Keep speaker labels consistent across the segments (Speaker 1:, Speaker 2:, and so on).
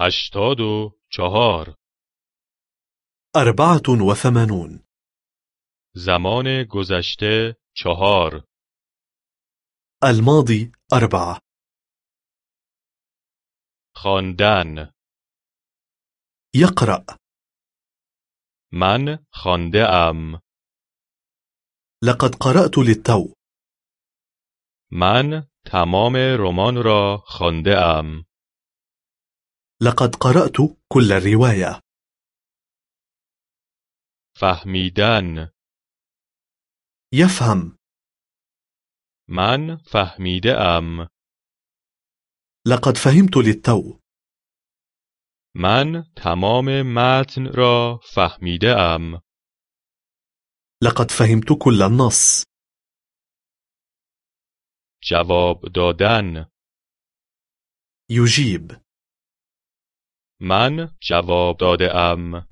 Speaker 1: هشتاد و چهار
Speaker 2: أربعة وثمانون
Speaker 1: زمان گذشته چهار
Speaker 2: الماضي أربعة
Speaker 1: خواندن
Speaker 2: يقرأ
Speaker 1: من خانده ام
Speaker 2: لقد قرأت للتو
Speaker 1: من تمام رمان را خانده ام
Speaker 2: لقد قرأت كل الرواية
Speaker 1: فهمیدن
Speaker 2: يفهم
Speaker 1: من فهمیده ام
Speaker 2: لقد فهمت للتو
Speaker 1: من تمام متن را فهمیده ام
Speaker 2: لقد فهمت كل النص
Speaker 1: جواب دادن
Speaker 2: يجيب
Speaker 1: من جواب داده ام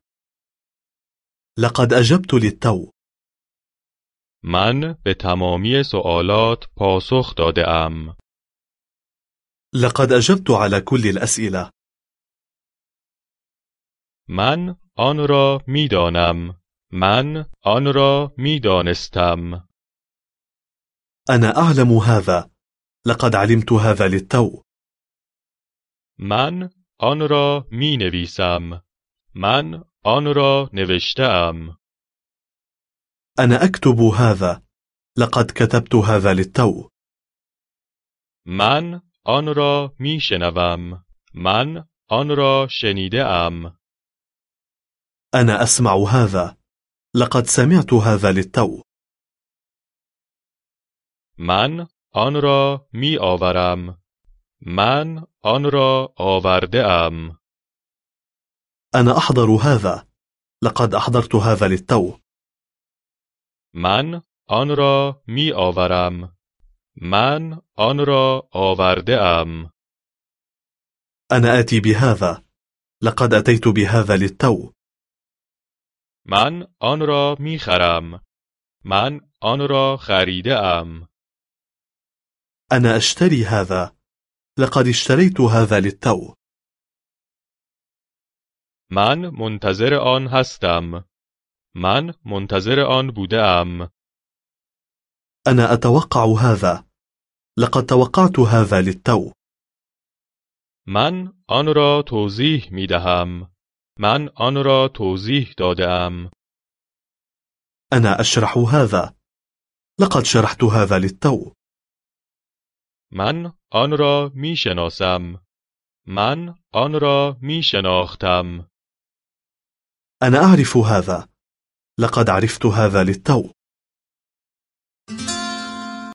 Speaker 2: لقد أجبت للتو
Speaker 1: من به تمامی سوالات پاسخ داده ام
Speaker 2: لقد أجبت على كل الأسئلة
Speaker 1: من آن را می دانم. من آن را می دانستم.
Speaker 2: أنا أعلم هذا لقد علمت هذا للتو
Speaker 1: من آن را می نویسم. من آن را نوشتم.
Speaker 2: أنا أكتب هذا لقد كتبت هذا للتو
Speaker 1: من آن را می شنوم. من آن را شنیده ام.
Speaker 2: أنا أسمع هذا لقد سمعت هذا للتو
Speaker 1: من آن را می آورم. من آن را آورده ام.
Speaker 2: أنا أحضر هذا لقد أحضرت هذا للتو
Speaker 1: من آن را می آورم. من آن را آورده ام.
Speaker 2: أنا آتي بهذا لقد أتيت بهذا للتو
Speaker 1: من آن را می خرم. من آن را خریده ام.
Speaker 2: أنا أشتري هذا لقد اشتريت هذا للتو
Speaker 1: من منتظر آن هستم. من منتظر آن بوده ام.
Speaker 2: أنا أتوقع هذا لقد توقعت هذا للتو
Speaker 1: من آن را توضیح می دهم. من آن را توضیح داده ام.
Speaker 2: أنا أشرح هذا لقد شرحت هذا للتو
Speaker 1: من آن را می شناسم. من آن را می شناختم.
Speaker 2: أنا أعرف هذا لقد عرفت هذا للتو